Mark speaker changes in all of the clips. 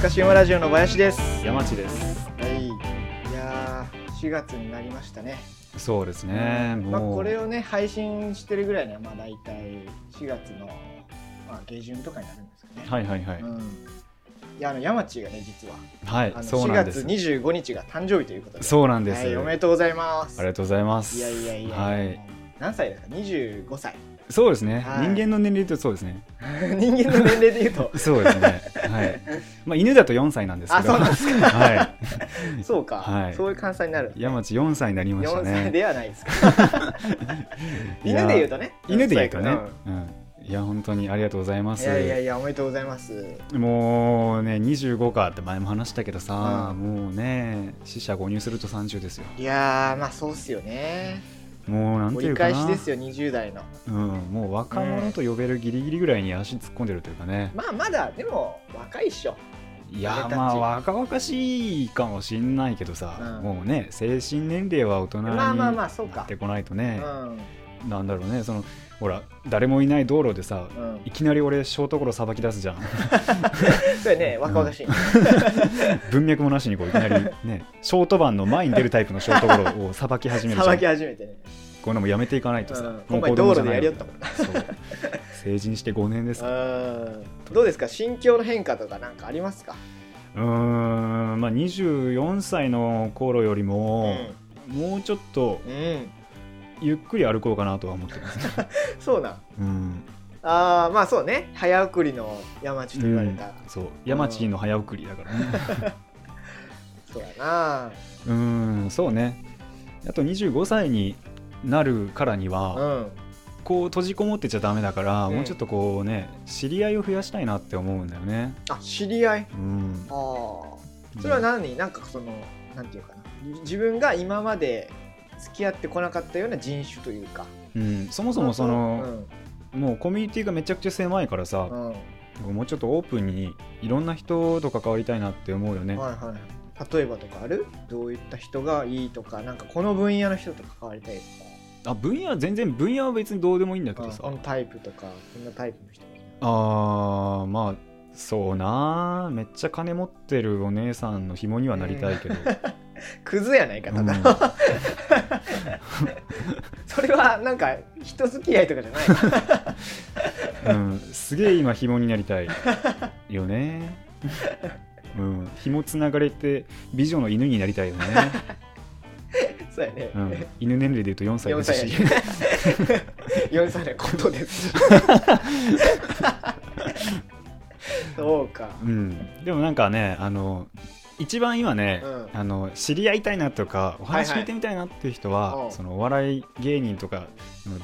Speaker 1: かし馬ラジオの林です
Speaker 2: 山地です
Speaker 1: はいいやー4月になりましたね
Speaker 2: そうですね、もう、
Speaker 1: まあ、これをね配信してるぐらいにはまあ大体4月の、まあ、下旬とかになるんですけどね、
Speaker 2: はいはいはい、
Speaker 1: うん、いやあの山地がね実は
Speaker 2: は
Speaker 1: あ
Speaker 2: い
Speaker 1: の
Speaker 2: そう
Speaker 1: 4
Speaker 2: なんで
Speaker 1: 月
Speaker 2: す
Speaker 1: 25日が誕生日ということで
Speaker 2: そうなんです、
Speaker 1: はい、おめ
Speaker 2: あ
Speaker 1: でとうございます
Speaker 2: りがとうございます
Speaker 1: いやいやいや、
Speaker 2: はい
Speaker 1: 何歳ですか25歳
Speaker 2: そうですね、
Speaker 1: はい
Speaker 2: 人間の年齢とそうですね
Speaker 1: 人間の年齢で言う と
Speaker 2: そうです ねはいまあ犬だと4歳なんですけど
Speaker 1: あそうなんです
Speaker 2: かはい
Speaker 1: そうか、
Speaker 2: はい
Speaker 1: そういう換算になる
Speaker 2: 山地4歳になりました
Speaker 1: 4歳
Speaker 2: ね
Speaker 1: ではないですか
Speaker 2: いや
Speaker 1: 犬で言うとね
Speaker 2: 犬で言うとね
Speaker 1: 4歳かな、
Speaker 2: うん、いや本当にありがとうございます
Speaker 1: いやいやいやおめでとうございます
Speaker 2: もうね25かって前も話したけどさ、
Speaker 1: うん
Speaker 2: もうね死者誤入すると30ですよ
Speaker 1: いやーまあそうっすよね
Speaker 2: もうなんて
Speaker 1: 折
Speaker 2: い
Speaker 1: り
Speaker 2: うか
Speaker 1: 返
Speaker 2: な
Speaker 1: しですよ20代の
Speaker 2: うん、もう若者と呼べるギリギリぐらいに足突っ込んでるというかね、
Speaker 1: まあまだでも若いっしょ
Speaker 2: いや
Speaker 1: 俺たち
Speaker 2: まあ若々しいかもしんないけどさ、
Speaker 1: うん
Speaker 2: もうね精神年齢は大人に
Speaker 1: まあまあま
Speaker 2: な
Speaker 1: あそうか
Speaker 2: ってこないとね、
Speaker 1: うん
Speaker 2: なんだろうねそのほら誰もいない道路でさ、
Speaker 1: うん
Speaker 2: いきなり俺小ところさばき出すじゃ ん
Speaker 1: それね若々しいね、
Speaker 2: 文脈もなしにこういきなりねショートバンの前に出るタイプの小ところをさばき始める
Speaker 1: さ
Speaker 2: じゃ
Speaker 1: ば
Speaker 2: ん
Speaker 1: き始めてね
Speaker 2: こういうのもやめていかないとさ、
Speaker 1: うん
Speaker 2: もう子供じゃな
Speaker 1: お前道路でや
Speaker 2: い
Speaker 1: りよったもん
Speaker 2: そう成人して5年ですか
Speaker 1: うんどうですか心境の変化とかなんかありますか
Speaker 2: うーんまあ24歳の頃よりも、もうちょっと
Speaker 1: うん、うん、
Speaker 2: ゆっくり歩こうかなとは思ってま す、ね、
Speaker 1: そうなん
Speaker 2: うん
Speaker 1: あーまあそうね早送りの山地と言われた、
Speaker 2: うんそう山地の早送りだからね
Speaker 1: そうやな
Speaker 2: うーんそうねあと25歳になるからには、
Speaker 1: うん
Speaker 2: こう閉じこもってちゃダメだから、
Speaker 1: うん
Speaker 2: もうちょっとこうね知り合いを増やしたいなって思うんだよね
Speaker 1: あ知り合い
Speaker 2: うん
Speaker 1: ああそれは何なんかそのなんていうかな自分が今まで付き合ってこなかったような人種というか
Speaker 2: うん、そもそもその、もうコミュニティがめちゃくちゃ狭いからさ
Speaker 1: うん、うん
Speaker 2: もうちょっとオープンにいろんな人と関わりたいなって思うよね、
Speaker 1: はいはい例えばとかあるどういった人がいいとかなんかこの分野の人と関わりたいと
Speaker 2: あ分野は全然分野は別にどうでもいいんだけ
Speaker 1: か
Speaker 2: ど
Speaker 1: うん
Speaker 2: さ
Speaker 1: このタイプとかこんなタイプの人
Speaker 2: あーまあそうなーめっちゃ金持ってるお姉さんの紐にはなりたいけど、
Speaker 1: クズ やないか
Speaker 2: う
Speaker 1: た
Speaker 2: ん
Speaker 1: だ、 それはなんか人付き合いとかじゃ ない
Speaker 2: うんすげえ今紐になりたいよねうん紐つながれて美女の犬になりたいよね、
Speaker 1: そうやね、
Speaker 2: うん、犬年齢でいうと4歳ですし
Speaker 1: 44歳のこと ですしそうか
Speaker 2: うん、でもなんかねあの一番今ね、
Speaker 1: うん
Speaker 2: あの知り合いたいなとかお話聞いてみたいなっていう人は、
Speaker 1: はいはいうん
Speaker 2: そのお笑い芸人とか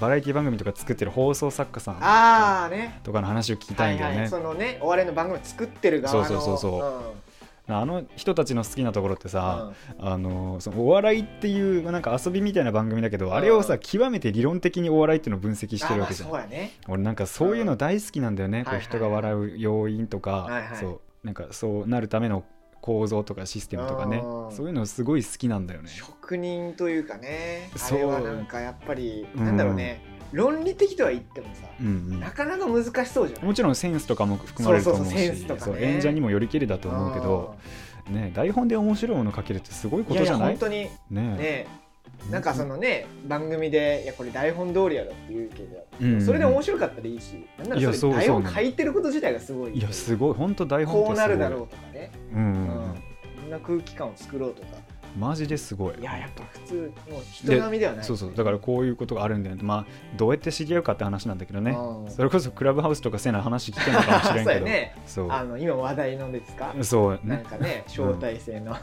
Speaker 2: バラエティ番組とか作ってる放送作家さん
Speaker 1: ああね
Speaker 2: とかの話を聞きたいんだよね、
Speaker 1: はいはい、そのねお笑いの番組作ってる側の
Speaker 2: そうそうそうそうあの人たちの好きなところって
Speaker 1: うん
Speaker 2: さ、あのそのお笑いっていうなんか遊びみたいな番組だけど、あれを
Speaker 1: う
Speaker 2: さ
Speaker 1: ん
Speaker 2: 極めて理論的にお笑いっていうのを分析してるわけじゃん
Speaker 1: あまあそうやね
Speaker 2: 俺なんかそういうの大好きなんだよね、こ
Speaker 1: は
Speaker 2: う
Speaker 1: いはい
Speaker 2: 人が笑う要因とか、
Speaker 1: はいはい
Speaker 2: そうなんかそうなるための構造とかシステムとかね
Speaker 1: うん
Speaker 2: そういうのすごい好きなんだよね
Speaker 1: 職人というかねあ
Speaker 2: そう
Speaker 1: れはなんかやっぱり、
Speaker 2: うん
Speaker 1: なんだろうね論理的とは言ってもさ、
Speaker 2: うん
Speaker 1: なかなか難しそうじゃ
Speaker 2: うん
Speaker 1: ん
Speaker 2: もちろんセンスとかも含まれると思う
Speaker 1: そうそうそうセ
Speaker 2: し
Speaker 1: ンスとかね
Speaker 2: そう演者にもよりけりだと思うけど、ね、台本で面白いもの書けるってすごい
Speaker 1: うん
Speaker 2: こ
Speaker 1: いや
Speaker 2: と
Speaker 1: い
Speaker 2: じ
Speaker 1: や
Speaker 2: ゃない
Speaker 1: 本当に
Speaker 2: ね
Speaker 1: ねなんかそのね番組でいやこれ台本通りやろって言うけど、
Speaker 2: うんうん
Speaker 1: それで面白かったらいいしなんなら
Speaker 2: いや
Speaker 1: それ台
Speaker 2: そう
Speaker 1: 本
Speaker 2: そう
Speaker 1: 書いてること自体がすごい
Speaker 2: いやすごい本当台本ってす
Speaker 1: こ
Speaker 2: ごい
Speaker 1: うなるだろうとかね、
Speaker 2: う、んうん
Speaker 1: う
Speaker 2: うんん、
Speaker 1: こんな空気感を作ろうとか
Speaker 2: マジですごい
Speaker 1: いややっぱ普通もう人並みではない
Speaker 2: そうそうだからこういうことがあるんだよねまあどうやって知り合うかって話なんだけどね
Speaker 1: うん
Speaker 2: それこそクラブハウスとかせな話聞けんのかもしれんけ
Speaker 1: そうや
Speaker 2: ど
Speaker 1: ね
Speaker 2: そう
Speaker 1: あの今話題のですか、
Speaker 2: そう
Speaker 1: なん
Speaker 2: ね。
Speaker 1: かね招待制の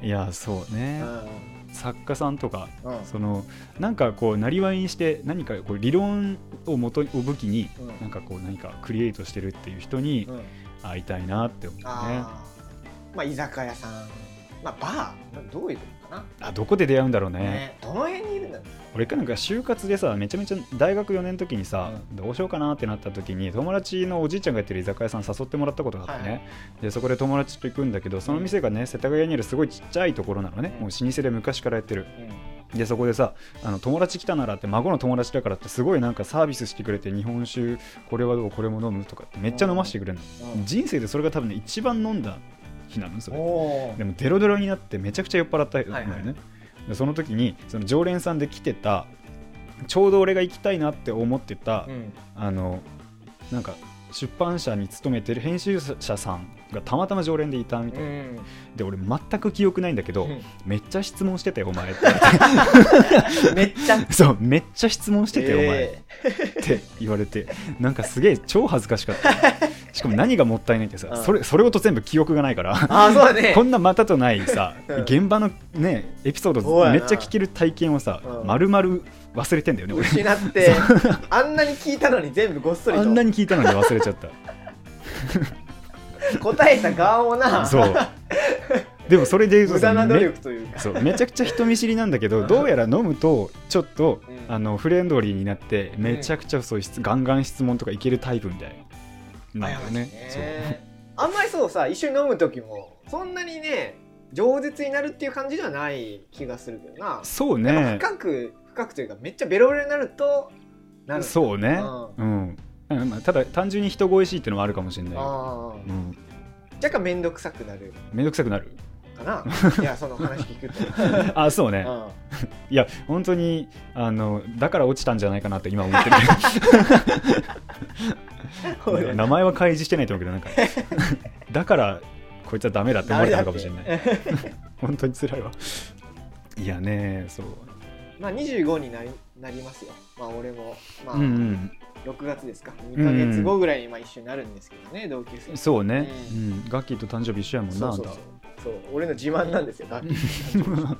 Speaker 1: うん
Speaker 2: いやそうね、
Speaker 1: うん
Speaker 2: 作家さんとか
Speaker 1: うん
Speaker 2: そのなんかこうなりわいにして何かこう理論をもとを武器に、
Speaker 1: うん
Speaker 2: なんかこう何かクリエイトしてるっていう人に
Speaker 1: うん
Speaker 2: 会いたいなって思うね、あ
Speaker 1: あーまあ居酒屋さんまあバーまあどういうことか
Speaker 2: どこで出会うんだろうね
Speaker 1: な、ね、どの辺にいるんだろう
Speaker 2: 俺かなんか就活でさめちゃめちゃ大学4年の時にさ、どうしようかなってなった時に友達のおじいちゃんがやってる居酒屋さん誘ってもらったことがあってね、
Speaker 1: はい
Speaker 2: でそこで友達と行くんだけどその店がね世田谷にあるすごいちっちゃいところなのね、
Speaker 1: うん
Speaker 2: もう老舗で昔からやってる
Speaker 1: うん
Speaker 2: でそこでさあの友達来たならって孫の友達だからってすごいなんかサービスしてくれて日本酒これはどうこれも飲むとかってめっちゃ飲ましてくれるの、人生でそれが多分ね一番飲んだ日なのそれ
Speaker 1: お
Speaker 2: でもデロデロになってめちゃくちゃ酔っ払ったのよね、
Speaker 1: はいはい
Speaker 2: でその時にその常連さんで来てたちょうど俺が行きたいなって思ってた、
Speaker 1: うん
Speaker 2: あのなんか出版社に勤めてる編集者さんがたまたま常連でいたみたいな、
Speaker 1: ん
Speaker 2: で俺全く記憶ないんだけど、
Speaker 1: う
Speaker 2: めっちゃ質問してたよお前って言われて
Speaker 1: んめっちゃし
Speaker 2: そうめっちゃ質問してて、お前って言われてなんかすげえ超恥ずかしかった しかも何がもったいないってさ、
Speaker 1: うん
Speaker 2: それそれごと全部記憶がないから
Speaker 1: ああそうだね
Speaker 2: こんなまたとないさ、
Speaker 1: うん
Speaker 2: 現場のねエピソー
Speaker 1: そうや
Speaker 2: ド
Speaker 1: な
Speaker 2: めっちゃ聞ける体験をさ、
Speaker 1: うん
Speaker 2: 丸々忘れてんだよね俺
Speaker 1: 失ってあんなに聞いたのに全部ごっそり
Speaker 2: あんな
Speaker 1: と
Speaker 2: に聞いたのに忘れちゃっ
Speaker 1: 答えた側も
Speaker 2: た
Speaker 1: な
Speaker 2: そうでもそれで言うと
Speaker 1: 無
Speaker 2: さ
Speaker 1: 駄な努
Speaker 2: め
Speaker 1: 力というか
Speaker 2: そうめちゃくちゃ人見知りなんだけ
Speaker 1: う
Speaker 2: ど
Speaker 1: ん
Speaker 2: どうやら飲むとちょっと、
Speaker 1: うん
Speaker 2: あのフレンドリーになってめちゃくちゃそういう質、ガンガン質問とかいけるタイプみたいななんだよねそう
Speaker 1: あんまりそうさ一緒に飲む時もそんなにね饒舌になるっていう感じではない気がするけどな、
Speaker 2: そう
Speaker 1: やっ
Speaker 2: ね
Speaker 1: ぱ深く深くというかめっちゃベロベロになるとなるう
Speaker 2: そうねうん、まあ、ただ単純に人恋しいっていうのもあるかもしれないけど、
Speaker 1: あ
Speaker 2: う
Speaker 1: ー
Speaker 2: ん、
Speaker 1: 若干面倒くさくなる
Speaker 2: めんどくさくなる
Speaker 1: かな いやその話聞くと、
Speaker 2: あそうね
Speaker 1: うん
Speaker 2: いや本当にあのだから落ちたんじゃないかなって今思ってる
Speaker 1: そうだ
Speaker 2: けど
Speaker 1: よ
Speaker 2: 名前は開示してないと思うけどなんか だからこいつはダメだって思われたのかもしれ ない
Speaker 1: い
Speaker 2: 本当に辛いわいやねそう
Speaker 1: まあ25になりなりますよまあ俺もまあ
Speaker 2: うんうん
Speaker 1: 6月ですか2ヶ月後ぐらいにまあ一緒になるんですけどね同級生
Speaker 2: そうね、
Speaker 1: う
Speaker 2: うん、ガッキーと誕生日一緒やもん
Speaker 1: そ
Speaker 2: な
Speaker 1: うそうそうそう俺の自慢なんですよ楽器
Speaker 2: あんた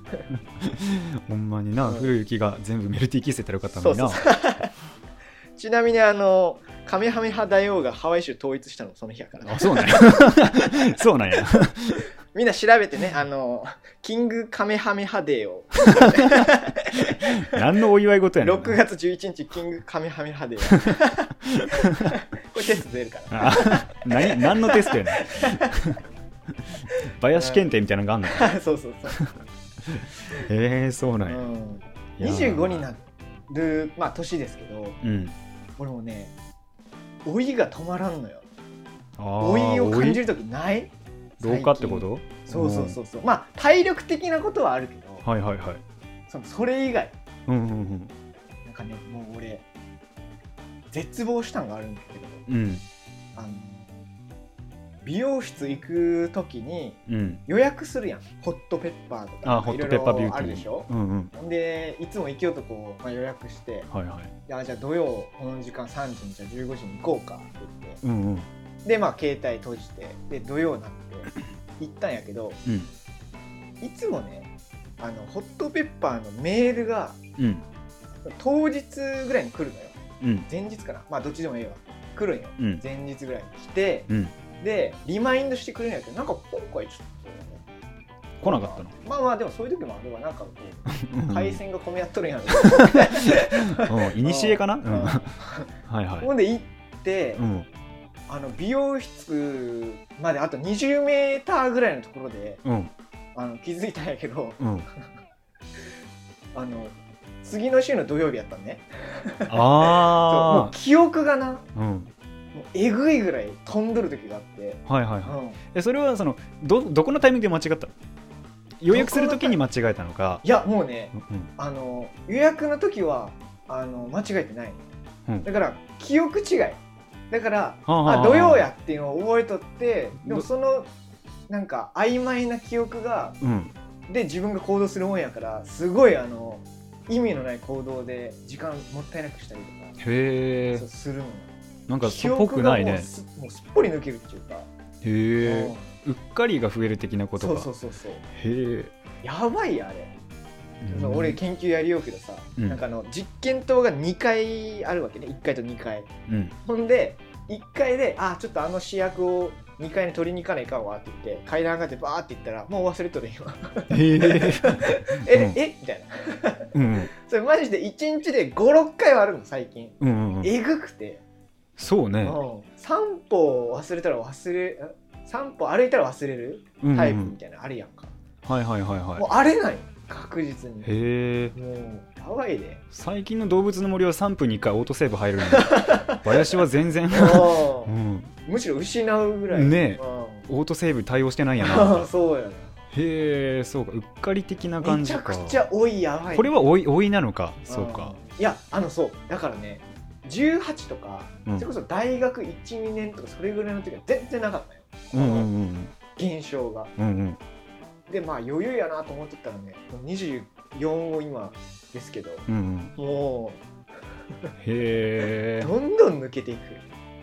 Speaker 2: ほんまにな、
Speaker 1: うん
Speaker 2: 古い雪が全部メルティーキースやったらよかったのにな
Speaker 1: そうそうそうちなみにあのカメハメ派大王がハワイ州統一したのその日やから
Speaker 2: あそうなんや そうなんや
Speaker 1: みんな調べてねあのキングカメハメ派デーを
Speaker 2: 何のお祝い事やねん
Speaker 1: 6月11日キングカメハメ派デーこ れテスト出るから
Speaker 2: あ何何のテスト やねん林検定みたいなのがあんの
Speaker 1: そうそうそう、
Speaker 2: へえそうなん
Speaker 1: う
Speaker 2: や,
Speaker 1: ん、
Speaker 2: いや、
Speaker 1: 25になる、まあ、年ですけど
Speaker 2: うん
Speaker 1: 俺もね老いが止まらんのよ
Speaker 2: あ
Speaker 1: 老
Speaker 2: ー
Speaker 1: いを感じ
Speaker 2: 老
Speaker 1: る
Speaker 2: い
Speaker 1: 時ない
Speaker 2: 老化ってこと
Speaker 1: 最近そうそうそうそうまあ体力的なことはあるけど
Speaker 2: うんはいはいはい
Speaker 1: そのそれ以外
Speaker 2: うんうん
Speaker 1: なんかねもう俺絶望したんがあるんだけど
Speaker 2: うんうん
Speaker 1: あの美容室行く時に
Speaker 2: うん
Speaker 1: 予約するやんホットペッパーとか
Speaker 2: あホットペッパービューティー
Speaker 1: あるでしょ
Speaker 2: うんうん
Speaker 1: ほんでいつも行きよとこう、まあ、予約して
Speaker 2: はいはい
Speaker 1: であじゃあ土曜この時間3時にじゃあ15時に行こうかって言っ
Speaker 2: うんうん
Speaker 1: てでまあ携帯閉じてで土曜になって行ったんやけど
Speaker 2: うん
Speaker 1: いつもねあのホットペッパーのメールが
Speaker 2: うん
Speaker 1: 当日ぐらいに来るのよ
Speaker 2: うん
Speaker 1: 前日かなまあどっちでもええわ来るんよ
Speaker 2: うん
Speaker 1: 前日ぐらいに来て
Speaker 2: うん
Speaker 1: でリマインドしてくれないけどなんか今回ちょっとね
Speaker 2: 来なかったの
Speaker 1: まあまあでもそういう時もあればなんかこう
Speaker 2: うん
Speaker 1: 回線が混み合っとるんやろ、
Speaker 2: うんいにしえかなうん
Speaker 1: うん
Speaker 2: はいはい
Speaker 1: ほんで行って、
Speaker 2: うん
Speaker 1: あの美容室まであと 20m ぐらいのところで
Speaker 2: うん
Speaker 1: あの気づいたんやけど
Speaker 2: うん
Speaker 1: あの次の週の土曜日やったんねそうもう
Speaker 2: あ
Speaker 1: 記憶がなも
Speaker 2: あうん
Speaker 1: うえぐいぐらい飛んどる時があって、
Speaker 2: はいはいうはい
Speaker 1: ん、
Speaker 2: えそれはそのどどこのタイミングで間違ったの予約するときに間違えたのか
Speaker 1: いやもうね
Speaker 2: うん
Speaker 1: あの予約の時はあの間違えてない、
Speaker 2: うん
Speaker 1: だから記憶違いだから
Speaker 2: はあはあは
Speaker 1: あ
Speaker 2: あ
Speaker 1: 土曜やっていうのを覚えとってでも
Speaker 2: ど
Speaker 1: そのなんか曖昧な記憶が
Speaker 2: うん
Speaker 1: で自分が行動するもんやからすごいあの意味のない行動で時間もったいなくしたりとか
Speaker 2: へ
Speaker 1: そう
Speaker 2: え
Speaker 1: するのよ
Speaker 2: なんかそ
Speaker 1: 記
Speaker 2: っぽ
Speaker 1: 憶
Speaker 2: く
Speaker 1: が
Speaker 2: ない
Speaker 1: もう
Speaker 2: ね
Speaker 1: すもうすっぽり抜けるっていうか、
Speaker 2: へえ
Speaker 1: う
Speaker 2: うっかりが増える的なこ
Speaker 1: ん
Speaker 2: と
Speaker 1: そ
Speaker 2: か
Speaker 1: うそうそうそう
Speaker 2: へえ
Speaker 1: やばいやあれ、
Speaker 2: うん
Speaker 1: その俺研究やりようけどさ、
Speaker 2: うん
Speaker 1: なんかあの実験棟が2回あるわけね1回と2回
Speaker 2: うん
Speaker 1: ほんで1階で「あちょっとあの試薬を2階に取りに行かないかんわ」って言って階段上がってバーって行ったら「もう忘れとる今
Speaker 2: へえ
Speaker 1: え、
Speaker 2: うん
Speaker 1: えみたいな
Speaker 2: うん
Speaker 1: それマジで1日で56回はあるの最近
Speaker 2: うんうんうん
Speaker 1: えぐくて、
Speaker 2: そう
Speaker 1: う
Speaker 2: ね
Speaker 1: ん、3歩忘れたら忘れん3歩歩いたら忘れる
Speaker 2: うんうん
Speaker 1: タイプみたいなのあるやんか、
Speaker 2: はいはいはい
Speaker 1: もう
Speaker 2: は
Speaker 1: あれない確実に
Speaker 2: へえ
Speaker 1: もうやばいで
Speaker 2: 最近の動物の森は3分に1回オートセーブ入るん だ林は全然、
Speaker 1: お
Speaker 2: う
Speaker 1: ー
Speaker 2: ん、
Speaker 1: むしろ失うぐらい
Speaker 2: ね
Speaker 1: う
Speaker 2: オートセーブ対応してないんや
Speaker 1: ん
Speaker 2: な
Speaker 1: そうや
Speaker 2: へえそうかうっかり的な
Speaker 1: な
Speaker 2: 感
Speaker 1: め
Speaker 2: じ
Speaker 1: ち
Speaker 2: か
Speaker 1: ゃくちゃ多いやばい
Speaker 2: これは老い老いなのか
Speaker 1: ん
Speaker 2: そうか
Speaker 1: いやあのそうだからね18とか、
Speaker 2: うん
Speaker 1: それこそ大学12年とかそれぐらいの時は全然なかったよ
Speaker 2: うんうん
Speaker 1: 現象が
Speaker 2: うんうんうん
Speaker 1: でまあ余裕やなと思ってたらね24を今ですけど
Speaker 2: うんうん
Speaker 1: もう
Speaker 2: へえ
Speaker 1: どんどん抜けていく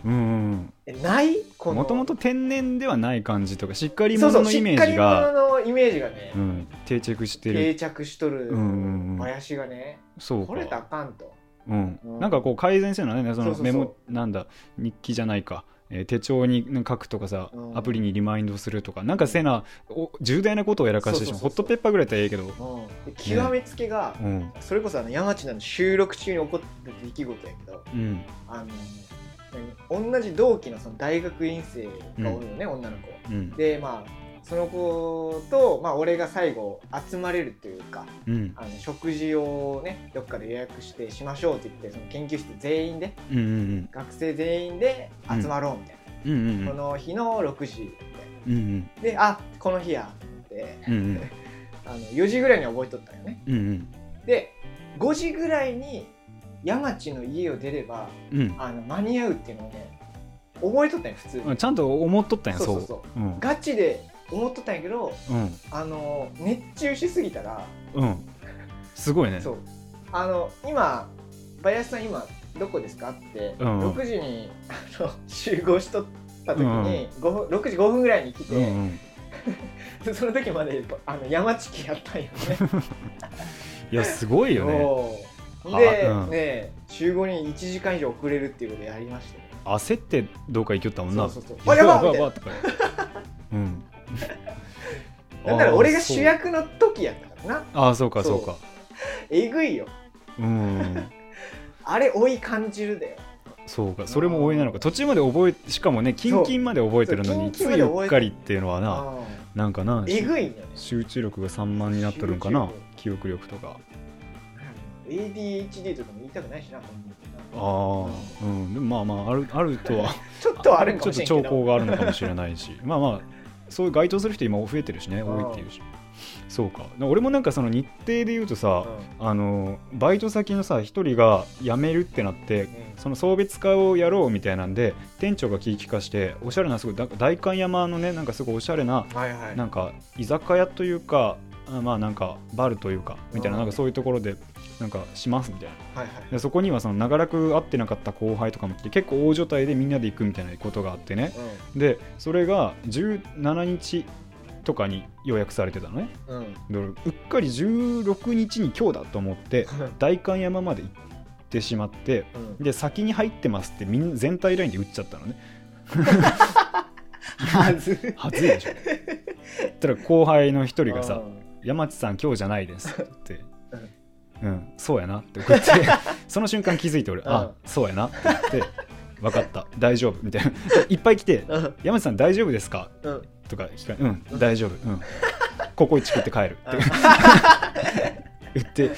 Speaker 2: うんうん
Speaker 1: えないこの
Speaker 2: もともと天然ではない感じとかしっかり
Speaker 1: そうそ
Speaker 2: 者
Speaker 1: う
Speaker 2: の
Speaker 1: し
Speaker 2: イメ
Speaker 1: っか
Speaker 2: ージ
Speaker 1: り者
Speaker 2: が
Speaker 1: のイメージがね、
Speaker 2: うん定着してる
Speaker 1: 定着しとる
Speaker 2: うんうんうん
Speaker 1: 林がね、
Speaker 2: そう
Speaker 1: これたらあ
Speaker 2: か
Speaker 1: かんと
Speaker 2: うん
Speaker 1: うん
Speaker 2: なんかこう改善するのはねそ
Speaker 1: そう
Speaker 2: の
Speaker 1: そうそう
Speaker 2: メモなんだ日記じゃないかえー手帳にね書くとかさ
Speaker 1: うん
Speaker 2: アプリにリマインドするとかなんかせなお重大なことをやらかしてしまう
Speaker 1: そ
Speaker 2: ホ
Speaker 1: う
Speaker 2: ッ
Speaker 1: そうそうそう
Speaker 2: トペッパーぐらいだったらええけど
Speaker 1: で極めつけが、
Speaker 2: うん
Speaker 1: それこそあの山地の収録中に起こった出来事やけど
Speaker 2: うん
Speaker 1: あの何同じ同期のその大学院生がおるよね、女の子
Speaker 2: うん
Speaker 1: でまあその子と、まあ、俺が最後集まれるというか
Speaker 2: うん
Speaker 1: あの食事をねどっかで予約してしましょうって言ってその研究室全員で
Speaker 2: うんうん
Speaker 1: 学生全員で集まろうみたいな、
Speaker 2: うんうん
Speaker 1: この日の6時みたい
Speaker 2: うんうん
Speaker 1: なであこの日やって
Speaker 2: うんうん
Speaker 1: あの4時ぐらいに覚えとったよね
Speaker 2: うん
Speaker 1: で5時ぐらいに山地の家を出れば
Speaker 2: うんうん
Speaker 1: あの間に合うっていうのをね覚えとったんよ普通に、
Speaker 2: あちゃんと思っとったんや
Speaker 1: そう
Speaker 2: そ
Speaker 1: そう
Speaker 2: う
Speaker 1: そう
Speaker 2: うん
Speaker 1: ガチで思っとったんやけど
Speaker 2: うん
Speaker 1: あの熱中しすぎたら、
Speaker 2: うんすごいね
Speaker 1: そうあの今林さん今どこですかって、
Speaker 2: うんうん
Speaker 1: 6時にあの集合しとった時に、五分6時5分ぐらいに来て、
Speaker 2: うんうん
Speaker 1: で その時まであの山地きやったんよね。
Speaker 2: いやすごい よね
Speaker 1: そうで、
Speaker 2: あうん
Speaker 1: ね集合に1時間以上遅れるっていうことやりましたね
Speaker 2: 焦ってどうか行きよったもんな
Speaker 1: そうそうそう
Speaker 2: ば
Speaker 1: あやばっ
Speaker 2: ばばとかうん
Speaker 1: なんなら俺が主役の時やったからな
Speaker 2: あーそうかそうか
Speaker 1: えぐいよ
Speaker 2: うん
Speaker 1: あれ老い感じるだよ
Speaker 2: そうかそれも応援なのか途中まで覚えしかもねキンキンまで覚えてるのにつ
Speaker 1: そうそうキンキンま
Speaker 2: い
Speaker 1: で
Speaker 2: う
Speaker 1: 覚え
Speaker 2: っ
Speaker 1: てる
Speaker 2: かりっていうのはな
Speaker 1: うん
Speaker 2: なんかな
Speaker 1: えぐいんだよね
Speaker 2: 集中力が散漫になっとるんか
Speaker 1: 集
Speaker 2: な
Speaker 1: 中力
Speaker 2: 記憶力とか
Speaker 1: ADHD とかも言いたくないしな本人な
Speaker 2: ああうんでもまあまああるあるとは
Speaker 1: ちょっとはあるんかもしれん
Speaker 2: ちょっ
Speaker 1: け
Speaker 2: と
Speaker 1: ど
Speaker 2: 兆候があるのかもしれな いしまあまあそういう該当する人今増えてるしね多いっていうしそうか俺もなんかその日程で言うとさ、あのバイト先のさ一人が辞めるってなってその送別会をやろうみたいなんで店長が聞き化しておしゃれなすごいだ代官山のねなんかすごいおしゃれな
Speaker 1: うんはいはい
Speaker 2: なんか居酒屋というかあまあなんかバルというかみたいな
Speaker 1: う
Speaker 2: なんんかそういうところでなんかしますみたいな
Speaker 1: はいはい
Speaker 2: でそこにはその長らく会ってなかった後輩とかも来て結構大所帯でみんなで行くみたいなことがあってねでそれが17日とかに予約されてたのね
Speaker 1: うんうん
Speaker 2: で俺うっかり16日に今日だと思って代官山まで行ってしまって
Speaker 1: うん
Speaker 2: で先に入ってますってみん全体ラインで打っちゃったのね
Speaker 1: はず
Speaker 2: はずいでしょそしたら後輩の一人が
Speaker 1: う
Speaker 2: さ
Speaker 1: ん
Speaker 2: 「山地さん今日じゃないです」って
Speaker 1: う
Speaker 2: 「うんそうやな」って送って その瞬間気づいて俺「あそうやな」って言って「分かった大丈夫」みたいないっぱい来て
Speaker 1: うん
Speaker 2: 「山地さん大丈夫ですか?
Speaker 1: うん」
Speaker 2: とか聞かれ「うん大丈夫うんここ一食って帰る」って言って
Speaker 1: うん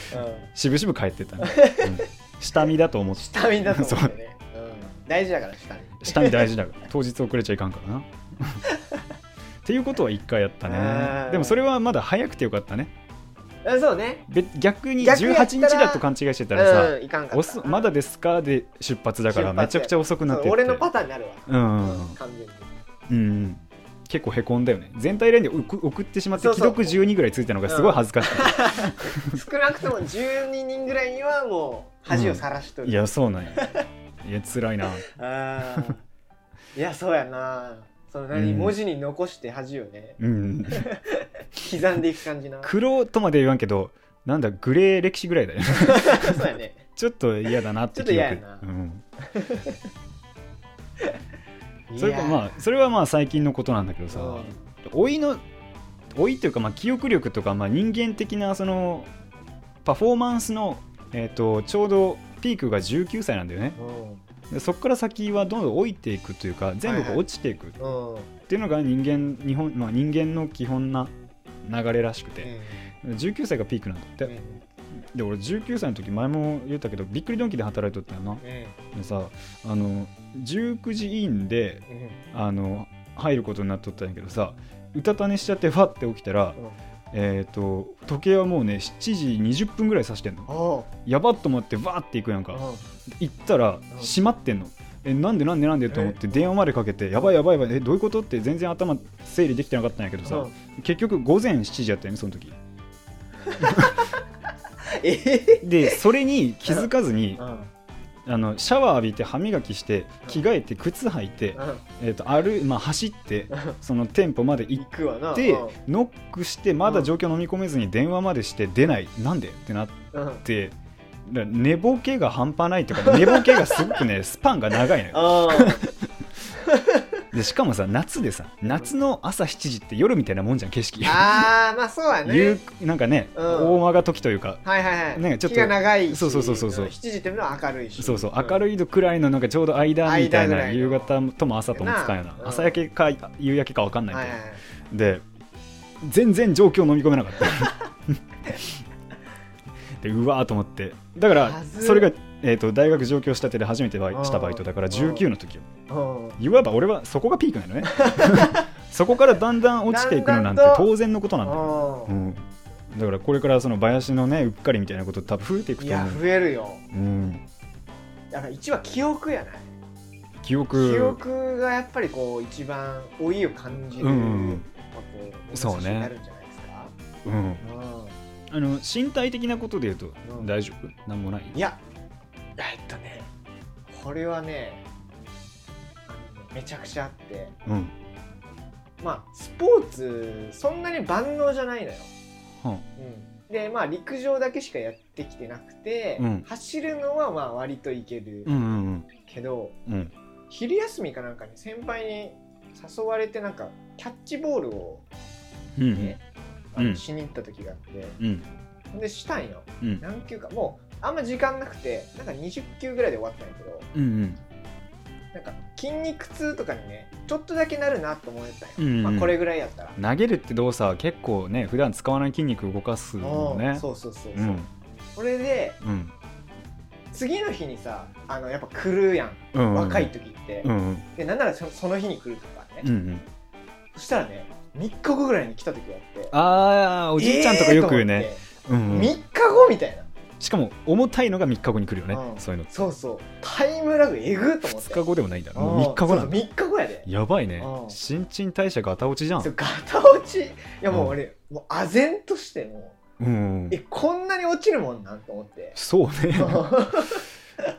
Speaker 2: しぶしぶ帰ってったね、うん下見だと思って
Speaker 1: 下見だと思ってねうん大事だから下見
Speaker 2: 下見大事だから当日遅れちゃいかんからな っていうことは一回やった
Speaker 1: あ
Speaker 2: ね
Speaker 1: ー
Speaker 2: でもそれはまだ早くてよかったね
Speaker 1: うんそうね
Speaker 2: べ逆に
Speaker 1: 逆やったら
Speaker 2: 18日だと勘違いしてたらさ
Speaker 1: うんいかんかった
Speaker 2: 遅まだですかで出発だから
Speaker 1: 出発
Speaker 2: めちゃくちゃ遅くなってっ
Speaker 1: そう俺
Speaker 2: て
Speaker 1: のパターンになるわ
Speaker 2: うんうん
Speaker 1: 完全に
Speaker 2: うん結構へこんだよね全体ラインで送送ってしまって
Speaker 1: そう
Speaker 2: 既
Speaker 1: そう
Speaker 2: 読12ぐらいついたのがすごい恥ずかしかっ
Speaker 1: 少なくとも12人ぐらいにはもう恥をさらしと
Speaker 2: た
Speaker 1: る、
Speaker 2: いやそうなんやいや辛いな
Speaker 1: あーいやそうやなその何、
Speaker 2: うん
Speaker 1: 文字に残して恥をね
Speaker 2: うん
Speaker 1: 刻んでいく感じ な
Speaker 2: 黒とまで言わんけどなんだグレー歴史ぐらいだよね
Speaker 1: そうやね
Speaker 2: ちょっと嫌だなって
Speaker 1: ちょっと
Speaker 2: 記憶
Speaker 1: 嫌やな
Speaker 2: うん、それかまあそれはまあ最近のことなんだけど
Speaker 1: あ
Speaker 2: さ老いの老いというかまあ記憶力とかまあ人間的なそのパフォーマンスの、えー、とちょうどピークが19歳なんだよねでそこから先はどんどん老いていくというか全
Speaker 1: はい
Speaker 2: 部こ
Speaker 1: うはい
Speaker 2: 落ちていくっ
Speaker 1: うんうん
Speaker 2: ていうのが人間日本、まあ、人間の基本な流れらしくて、 19歳がピークなんだって、
Speaker 1: うん
Speaker 2: で俺19歳の時前も言ったけどびっくりドンキーで働いとったよな
Speaker 1: うん
Speaker 2: でさあの19時インで
Speaker 1: うん
Speaker 2: あの入ることになっとったんやけどさうたた寝しちゃってファって起きた
Speaker 1: う
Speaker 2: ら、
Speaker 1: ん
Speaker 2: えっ、と時計はもうね7時20分ぐらい指してんの
Speaker 1: あ
Speaker 2: やばっと思ってバーって行くやん
Speaker 1: あ
Speaker 2: か行ったら閉まってんのえなんでなんでなんでと思って電話までかけてやばいやばいやばいえどういうことって全然頭整理できてなかったんやけどさ
Speaker 1: うん
Speaker 2: 結局午前7時やったよねその時
Speaker 1: ええ
Speaker 2: でそれに気づかずに
Speaker 1: うんうん
Speaker 2: あのシャワー浴びて歯磨きして着替えて靴履いて、えーと歩いまあ、走ってその店舗まで行
Speaker 1: 行
Speaker 2: っ
Speaker 1: くわな
Speaker 2: て
Speaker 1: うん
Speaker 2: ノックしてまだ状況飲み込めずに電話までして出ないなんでってなっ
Speaker 1: うん
Speaker 2: てだから寝ぼけが半端ないっていうか 寝ぼけがすごくねスパンが長いのよ
Speaker 1: あ
Speaker 2: でしかもさ夏でさ夏の朝7時って夜みたいなもんじゃん景色
Speaker 1: あああまあそうや
Speaker 2: ゆ
Speaker 1: ね
Speaker 2: うなんかね、
Speaker 1: うん
Speaker 2: 大間が時というか
Speaker 1: はいはいはい
Speaker 2: ねちょっ
Speaker 1: 日
Speaker 2: と
Speaker 1: が長いし
Speaker 2: そうそうそうそうそうん
Speaker 1: 7時っていうのは明るいし
Speaker 2: そうそう
Speaker 1: うん
Speaker 2: 明るいのくらいのなんかちょうど間みたい
Speaker 1: 間ぐら
Speaker 2: ない
Speaker 1: の
Speaker 2: 夕方とも朝とも使うよな
Speaker 1: なうん
Speaker 2: 朝焼けか夕焼けか分かんないけ
Speaker 1: は
Speaker 2: ど
Speaker 1: いはいはい
Speaker 2: で全然状況を飲み込めなかった でうわーと思ってだから
Speaker 1: はず
Speaker 2: それが、えー、と大学上京したてで初めてバイ
Speaker 1: うん
Speaker 2: したバイトだから
Speaker 1: うん
Speaker 2: 19の時よ
Speaker 1: うん
Speaker 2: いわば俺はそこがピークなのね そこからだんだん落ちていくのなん て
Speaker 1: だんだんと
Speaker 2: 当然のことなんだよ、う
Speaker 1: うん
Speaker 2: ん、だからこれからその林のねうっかりみたいなこと多分増えていく
Speaker 1: い
Speaker 2: と思
Speaker 1: や
Speaker 2: う、
Speaker 1: 増えるよ
Speaker 2: うん、
Speaker 1: だから一は記憶やない
Speaker 2: 記憶
Speaker 1: 記憶がやっぱりこう一番老いを感じる、
Speaker 2: うん
Speaker 1: まあこう
Speaker 2: そうね
Speaker 1: になるんじゃないですか
Speaker 2: うんうん、
Speaker 1: う
Speaker 2: あの身体的なことで言うと
Speaker 1: うん
Speaker 2: 大丈夫、なんもない
Speaker 1: んいやえっとねこれはねあのめちゃくちゃあって
Speaker 2: うん
Speaker 1: まあスポーツそんなに万能じゃないのよ、
Speaker 2: はん
Speaker 1: うん、でまあ陸上だけしかやってきてなくて、
Speaker 2: うん
Speaker 1: 走るのはまあ割といける
Speaker 2: うんうん
Speaker 1: けど、
Speaker 2: うんうん
Speaker 1: 昼休みかなんかに先輩に誘われてなんかキャッチボールを
Speaker 2: うんうん
Speaker 1: ね、あの
Speaker 2: うん
Speaker 1: しに行った時があって、
Speaker 2: うん
Speaker 1: ほんでしたんよ
Speaker 2: うん
Speaker 1: 何球かもうあんま時間なくてなんか20球ぐらいで終わったんやけど
Speaker 2: うん
Speaker 1: なんか筋肉痛とかにねちょっとだけなるなと思ってたんよ、
Speaker 2: うんうん
Speaker 1: まあ、これぐらいやったら、
Speaker 2: 投げるって動作は結構ね普段使わない筋肉動かすの
Speaker 1: う
Speaker 2: ね
Speaker 1: んそうそうそうそう、
Speaker 2: うん
Speaker 1: それで
Speaker 2: うん
Speaker 1: 次の日にさあのやっぱ来るやん
Speaker 2: うん
Speaker 1: 若い時って、
Speaker 2: うんうん
Speaker 1: でなんならそその日に来るとかね、
Speaker 2: うんうん
Speaker 1: そしたらね3日後ぐらいに来た時があって
Speaker 2: ああおじいちゃんとかよく言うね、、うん
Speaker 1: えーと
Speaker 2: う
Speaker 1: 思っ
Speaker 2: ん、
Speaker 1: て3日後みたいな
Speaker 2: しかも重たいのが3日後に来るよね、
Speaker 1: うん
Speaker 2: そういうの
Speaker 1: そうそうタイムラグえぐっと思って
Speaker 2: 2日後でもないんだもう3日後なんだ
Speaker 1: 3日後やで
Speaker 2: やばいね
Speaker 1: うん
Speaker 2: 新陳代謝ガタ落ちじゃ
Speaker 1: そ
Speaker 2: ん
Speaker 1: うガタ落ちいやも
Speaker 2: う
Speaker 1: うん俺、もう唖然としても
Speaker 2: うんうん
Speaker 1: うえこんなに落ちるもんなんと思って
Speaker 2: そうね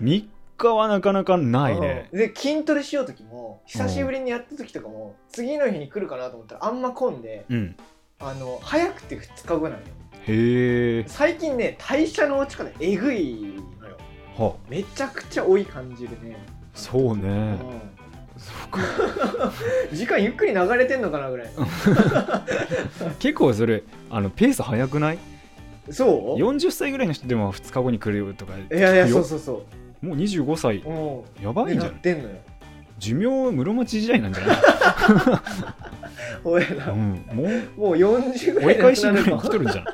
Speaker 2: 3日はなかなかないね
Speaker 1: うん で筋トレしよう時も久しぶりにやった時とかも次の日に来るかなと思ったらあんま混んで
Speaker 2: うん
Speaker 1: あの早くて2日後なのよ
Speaker 2: へえ
Speaker 1: 最近ね代謝の落ち方えぐいのよ
Speaker 2: は
Speaker 1: めちゃくちゃ多い感じるね
Speaker 2: そう
Speaker 1: うん
Speaker 2: ねそう か
Speaker 1: 時間ゆっくり流れてんのかなぐらいの
Speaker 2: 結構それあのペース早くない
Speaker 1: そうい
Speaker 2: 40歳ぐらいの人でも2日後に来るよとか聞くよ
Speaker 1: やいやそうそうそ
Speaker 2: もう25歳
Speaker 1: ううん
Speaker 2: やばいん
Speaker 1: 狙
Speaker 2: じゃ
Speaker 1: っ
Speaker 2: ない
Speaker 1: てんのよ
Speaker 2: 寿命室町時代なんじ ゃない、
Speaker 1: 俺
Speaker 2: う
Speaker 1: ら
Speaker 2: ん、もう
Speaker 1: もう40ぐらいでな
Speaker 2: 折り返
Speaker 1: く
Speaker 2: し
Speaker 1: な
Speaker 2: ぐ
Speaker 1: る
Speaker 2: らい
Speaker 1: か
Speaker 2: に来とるんじゃん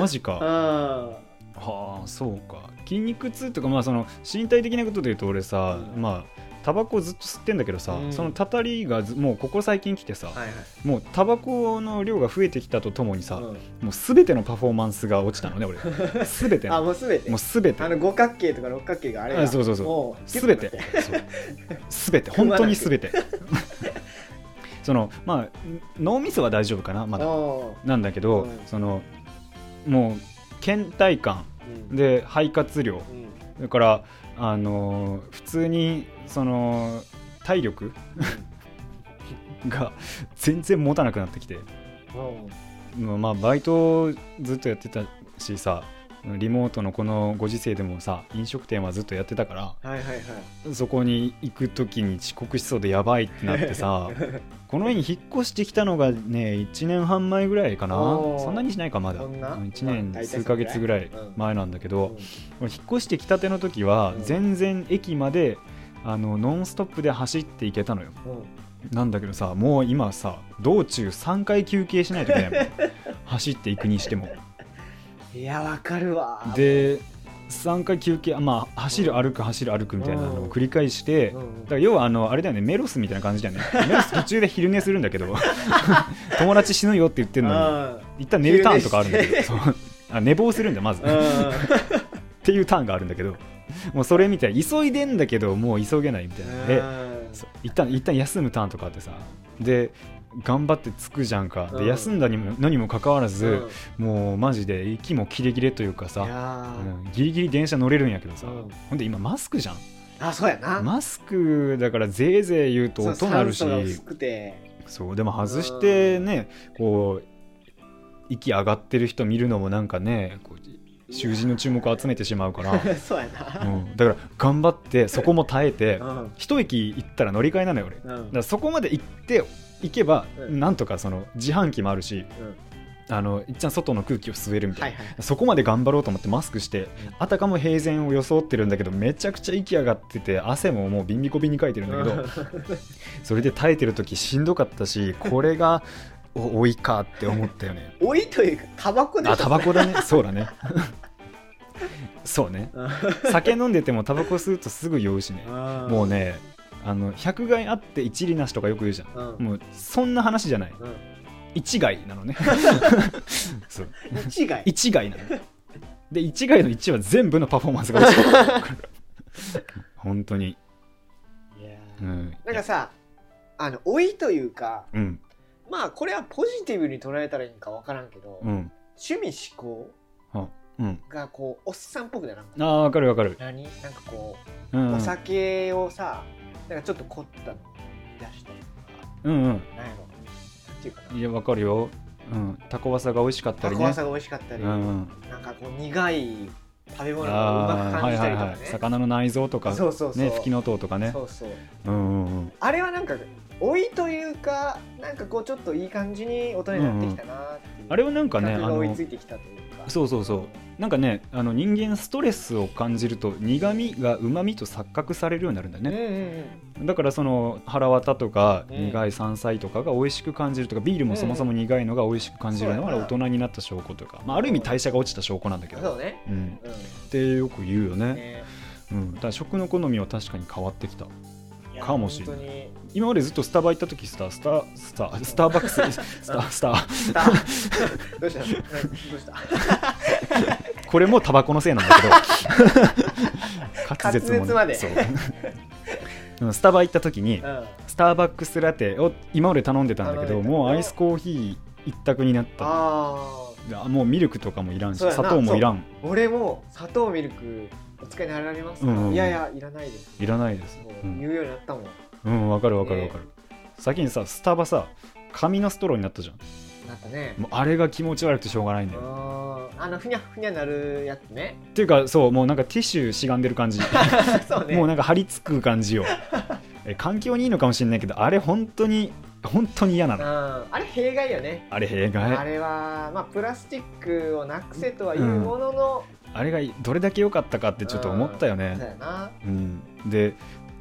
Speaker 2: マジか
Speaker 1: あ
Speaker 2: はあそうか筋肉痛とかまあその身体的なことで言うと俺さ、
Speaker 1: うん
Speaker 2: まあタバコずっと吸ってんだけどさ、
Speaker 1: うん
Speaker 2: そのたたりがずもうここ最近来てさ、
Speaker 1: あはいはい
Speaker 2: もうタバコの量が増えてきたとともにさ、
Speaker 1: うん
Speaker 2: もう全てのパフォーマンスが落ちたの ね俺全て
Speaker 1: あ
Speaker 2: の
Speaker 1: もうすべて
Speaker 2: もう全て
Speaker 1: あの五角形とか六角形があれ
Speaker 2: あ
Speaker 1: が
Speaker 2: そうそうそう
Speaker 1: もう
Speaker 2: すべてすべて本当にすべて そのまあん脳みそは大丈夫かなまだ
Speaker 1: お
Speaker 2: なんだけど、
Speaker 1: うん
Speaker 2: そのもう倦怠感
Speaker 1: ー
Speaker 2: で肺活量
Speaker 1: うん
Speaker 2: だからあのー普通にその体力が全然持たなくなってきて
Speaker 1: うん
Speaker 2: まあバイトずっとやってたしさリモートのこのご時世でもさ飲食店はずっとやってたから
Speaker 1: はいはいはい
Speaker 2: そこに行く時に遅刻しそうでやばいってなっ てさこの家に引っ越してきたのがね1年半前ぐらいかな
Speaker 1: おー
Speaker 2: そんなにしないかまだ
Speaker 1: そんな
Speaker 2: 1
Speaker 1: まあ
Speaker 2: 年
Speaker 1: 大体そんぐら
Speaker 2: 数ヶ
Speaker 1: い
Speaker 2: 月ぐらい前なんだけど、俺引っ越してきたての時は
Speaker 1: うん
Speaker 2: 全然駅まであのノンストップで走っていけたのよ
Speaker 1: うんうん
Speaker 2: なんだけどさもう今さ道中3回休憩しないといけないもん走っていくにしても
Speaker 1: いやわかるわ
Speaker 2: で3回休憩あまあ走る歩く走る歩くみたいなのを繰り返して、
Speaker 1: うんうん
Speaker 2: だから要はあのあれだよねメロスみたいな感じだよねメロス途中で昼寝するんだ けど友達死ぬよって言ってるの
Speaker 1: あ
Speaker 2: に一旦寝るターンとかあるんだけどそうあ寝坊するんだまず、
Speaker 1: ーうん
Speaker 2: っていうターンがあるんだけどもうそれみたい急いでんだけどもう急げないみたいなで
Speaker 1: うん
Speaker 2: そう一旦一旦休むターンとかあってさで頑張って着くじゃんか
Speaker 1: うん
Speaker 2: で休んだにものにもかかわら
Speaker 1: うん
Speaker 2: ず、もうマジで息もキレキレというか
Speaker 1: いや
Speaker 2: さ、
Speaker 1: ー
Speaker 2: うんギリギリ電車乗れるんやけどさ、
Speaker 1: うん
Speaker 2: ほんで今マスクじゃん
Speaker 1: あそうやな
Speaker 2: マスクだからぜいぜい言うと
Speaker 1: そう
Speaker 2: 音鳴るし
Speaker 1: 酸素が薄くて
Speaker 2: そうでも外してねこう息上がってる人見るのもなんかねこう囚人の注目を集めてしまうから、
Speaker 1: そうや
Speaker 2: う
Speaker 1: な、
Speaker 2: ん、だから頑張ってそこも耐えて
Speaker 1: うん
Speaker 2: 一息行ったら乗り換えなのよ俺だか
Speaker 1: うんうん
Speaker 2: らそこまで行って行けば、
Speaker 1: うん
Speaker 2: なんとかその自販機もあるしあのいっちゃん外の空気を吸えるみたいな、
Speaker 1: はいはい
Speaker 2: そこまで頑張ろうと思ってマスクしてあたかも平然を装ってるんだけどめちゃくちゃ息上がってて汗ももうビンビコビンにかいてるんだけどそれで耐えてる時しんどかったしこれがお老いかって思ったよね
Speaker 1: 老いというかタバコでしょ
Speaker 2: あタバコだねそうだねそうね酒飲んでてもタバコ吸うとすぐ酔うしねもう
Speaker 1: ね、
Speaker 2: ねあの百害あって一理なしとかよく言うじゃん
Speaker 1: うん
Speaker 2: もうそんな話じゃない
Speaker 1: うん
Speaker 2: 一害なのね そう
Speaker 1: 一概
Speaker 2: 一概なので一概の一は全部のパフォーマンスが落ち てる本当に
Speaker 1: いや
Speaker 2: う
Speaker 1: ー
Speaker 2: ん
Speaker 1: なんかさあの老いというか
Speaker 2: うん
Speaker 1: まあこれはポジティブに捉えたらいいんか分からんけど、
Speaker 2: うん
Speaker 1: 趣味思考
Speaker 2: うん
Speaker 1: がこうおっさんっぽくならんか
Speaker 2: ああわかるわかる、
Speaker 1: 何なんかこ
Speaker 2: うん
Speaker 1: う、
Speaker 2: うん、
Speaker 1: お酒をさなんかちょっと凝ったの出したり
Speaker 2: うんうん
Speaker 1: なんやろなんていうかない
Speaker 2: やわかるようんタコワサが美味しかった
Speaker 1: タ
Speaker 2: り
Speaker 1: コ
Speaker 2: ね
Speaker 1: ワサが美味しかったり、
Speaker 2: うんうん
Speaker 1: なんかこう苦い食べ物がうま
Speaker 2: あ
Speaker 1: く
Speaker 2: あー
Speaker 1: 感
Speaker 2: はい
Speaker 1: じた
Speaker 2: はい
Speaker 1: りとかね、
Speaker 2: はい魚の内臓とか
Speaker 1: そうそうそう、
Speaker 2: ね吹きの塔とかね
Speaker 1: そうそう
Speaker 2: うんうんうん
Speaker 1: あれはなんか老いというかなんかこうちょっといい感じに大人になってきたなっていう、
Speaker 2: あれはなんかね
Speaker 1: 感
Speaker 2: あ
Speaker 1: 覚が追い
Speaker 2: の
Speaker 1: ついてきたというか
Speaker 2: そうそうそうなんかねあの人間ストレスを感じると苦味がうまみと錯覚されるようになるんだよね、
Speaker 1: うんうん
Speaker 2: だからその腹渡とか
Speaker 1: うん
Speaker 2: 苦い山菜とかが美味しく感じるとかビールもそもそも苦いのが美味しく感じるのは
Speaker 1: そうや
Speaker 2: 大
Speaker 1: な
Speaker 2: 人になった証拠とか、まあ、ある意味代謝が落ちた証拠なんだけ
Speaker 1: うん、
Speaker 2: ど、
Speaker 1: そうね、
Speaker 2: うん、
Speaker 1: うん
Speaker 2: ってよく言うよね、
Speaker 1: ね
Speaker 2: うん、だから食の好みは確かに変わってきた
Speaker 1: や
Speaker 2: かもしれない
Speaker 1: 本当に
Speaker 2: 今までずっとスタバ行った時スタスタスタスタ ーバックススタスタ
Speaker 1: ス ターどうしたなどうした
Speaker 2: これもタバコのせいなんだ けど滑舌
Speaker 1: 滑
Speaker 2: もね
Speaker 1: 舌まで
Speaker 2: そううんスタバ行った時に
Speaker 1: うん
Speaker 2: スターバックスラテを今まで頼んでたんだけ
Speaker 1: 頼
Speaker 2: ど
Speaker 1: んでた
Speaker 2: もうアイスコーヒー一択になったの
Speaker 1: あー
Speaker 2: いやもうミルクとかもいらんし
Speaker 1: そうやな
Speaker 2: 砂糖もいらん
Speaker 1: 俺も砂糖ミルクお使いになられますか、
Speaker 2: うんうん
Speaker 1: いやいやいらないです
Speaker 2: いらないです
Speaker 1: も
Speaker 2: う
Speaker 1: うん言うようになったもん、
Speaker 2: うんわ、かるわかるわかる、先にさスタバさ紙のストローになったじゃん
Speaker 1: なったね、
Speaker 2: もうあれが気持ち悪くてしょうがないんだよ
Speaker 1: あーあのふにゃふにゃなるやつ ね
Speaker 2: っていうかそうもうなんかティッシュしがんでる感じ、
Speaker 1: そうね
Speaker 2: もうなんか張り付く 感じよえ環境にいいのかもしれないけどあれ本当に本当に嫌な
Speaker 1: う
Speaker 2: の
Speaker 1: んあれ弊害よね
Speaker 2: あれ弊害
Speaker 1: あ
Speaker 2: あれ
Speaker 1: れは、まあ、プラスチックをなくせとは言うものの、
Speaker 2: がどれだけ良かったかってちょっと思ったよ
Speaker 1: そう
Speaker 2: ね、
Speaker 1: やな。
Speaker 2: うん、で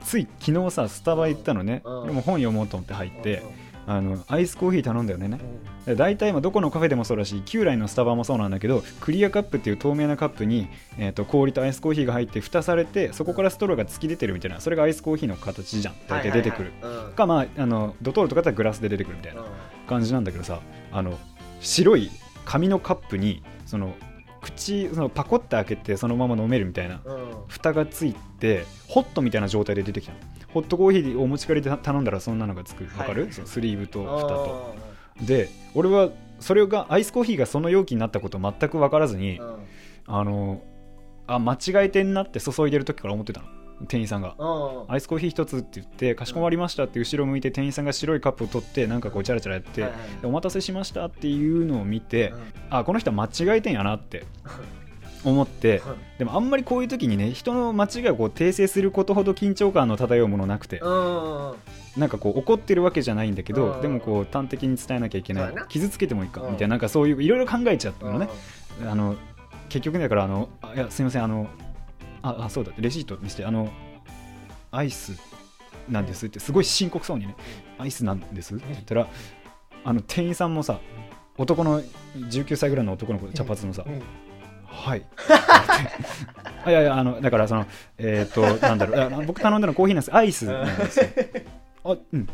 Speaker 2: つい昨日さスタバ行ったのね、
Speaker 1: うん
Speaker 2: でも本読もうと思って入って
Speaker 1: う、
Speaker 2: あのアイスコーヒー頼んだよね、
Speaker 1: んうん
Speaker 2: で大体今どこのカフェでもそうだし旧来のスタバもそうなんだけどクリアカップっていう透明なカップに、えー、と氷とアイスコーヒーが入って蓋されてそこからストローが突き出てるみたいなそれがアイスコーヒーの形じゃん大体出てくる、。
Speaker 1: はいはいはい
Speaker 2: かまああのドトールとかだったらグラスで出てくるみたい
Speaker 1: うん
Speaker 2: な感じなんだけどさあの白い紙のカップにその口そのパコって開けてそのまま飲めるみたいな
Speaker 1: うんうん
Speaker 2: 蓋がついてホットみたいな状態で出てきたのホットコーヒーをお持ち帰りで頼んだらそんなのがつくわかる、
Speaker 1: はい
Speaker 2: そのスリーブと蓋と。
Speaker 1: う
Speaker 2: で俺はそれがアイスコーヒーがその容器になったこと全く分からずに、
Speaker 1: んうん
Speaker 2: あのあ間違えてんなって注いでる時から思ってたの店員さんが。
Speaker 1: うん
Speaker 2: アイスコーヒー一つって言ってかしこまりましたって後ろ向いて店員さんが白いカップを取ってなんかこうチャラチャラやって、
Speaker 1: はいはい
Speaker 2: でお待たせしましたっていうのを見て、
Speaker 1: うん
Speaker 2: あこの人は間違えてんやなって思ってでもあんまりこういう時にね人の間違いをこう訂正することほど緊張感の漂うものなくて、
Speaker 1: うんうん
Speaker 2: なんかこう怒ってるわけじゃないんだけど、
Speaker 1: うん
Speaker 2: でもこう端的に伝えなきゃいけな
Speaker 1: そうや
Speaker 2: い
Speaker 1: な
Speaker 2: 傷つけてもいいか、
Speaker 1: うん
Speaker 2: みたいななんかそういういろいろ考えちゃった
Speaker 1: うん
Speaker 2: のね、あの結局ねだからあのあいやすいませんあのああそうだレシート見せてあのアイスなんですってすごい深刻そうにねアイスなんですって言ったらあの店員さんもさ男の19歳ぐらいの男の子茶髪のさ、
Speaker 1: うん
Speaker 2: はい。 あいやいや、あの、だから、その、えっ、と、なんだろうあの、僕頼んだのコーヒーなんです、アイスなんですよ。あ、うん。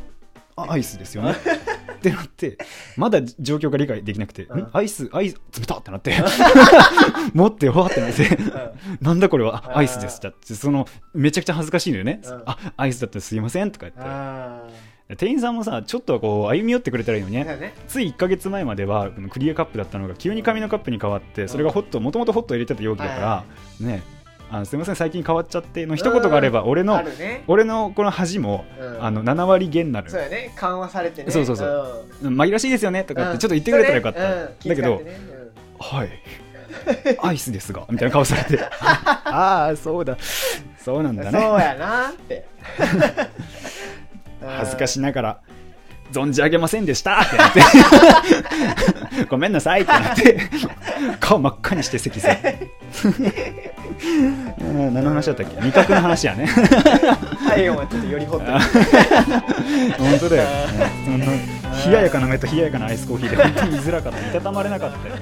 Speaker 2: あ、アイスですよね。ってなって、まだ状況が理解できなくて、
Speaker 1: うん
Speaker 2: んアイス、アイス、冷たってなって、 持って、わーってなって、 なんだこれは、あアイスです。だって、その、めちゃくちゃ恥ずかしいのよね。
Speaker 1: うん
Speaker 2: あ、アイスだったらすいませんとか
Speaker 1: うん、
Speaker 2: 言っ
Speaker 1: あ
Speaker 2: て。店員さんもさ、ちょっとはこう、歩み寄ってくれたらいいのに
Speaker 1: あ、
Speaker 2: ね。
Speaker 1: だね。
Speaker 2: つい1か月前まではこのクリアカップだったのが急に紙のカップに変わってそれがホットもともとホットを入れてた容器だか
Speaker 1: は
Speaker 2: らねあのすみません最近変わっちゃっての一言があれば俺
Speaker 1: あ
Speaker 2: の
Speaker 1: るね。
Speaker 2: 俺のこの恥も
Speaker 1: うん
Speaker 2: あの7割減になる
Speaker 1: そうやね、緩和されてね。
Speaker 2: そうそうそ
Speaker 1: うん。
Speaker 2: 紛らわしいですよねとかっ
Speaker 1: う
Speaker 2: て
Speaker 1: ん
Speaker 2: ちょっと言ってくれたらよかっ
Speaker 1: そ
Speaker 2: た
Speaker 1: れねうん
Speaker 2: だけ
Speaker 1: 気遣
Speaker 2: ど
Speaker 1: ってねうん
Speaker 2: はいアイスですがみたいな顔され てああそうだそうなんだね
Speaker 1: そうやなって
Speaker 2: 恥ずか
Speaker 1: い
Speaker 2: しながら存じ上げませんでしたってなって ごめんなさいってなって顔真っ赤にして席座ってうん 何の話だったっけ味覚の話やね
Speaker 1: 体温はちょっとよりホットに
Speaker 2: 本当だ よ、うんその冷ややかな目と冷ややかなアイスコーヒーで本当に居づらかったいたたまれなかったよ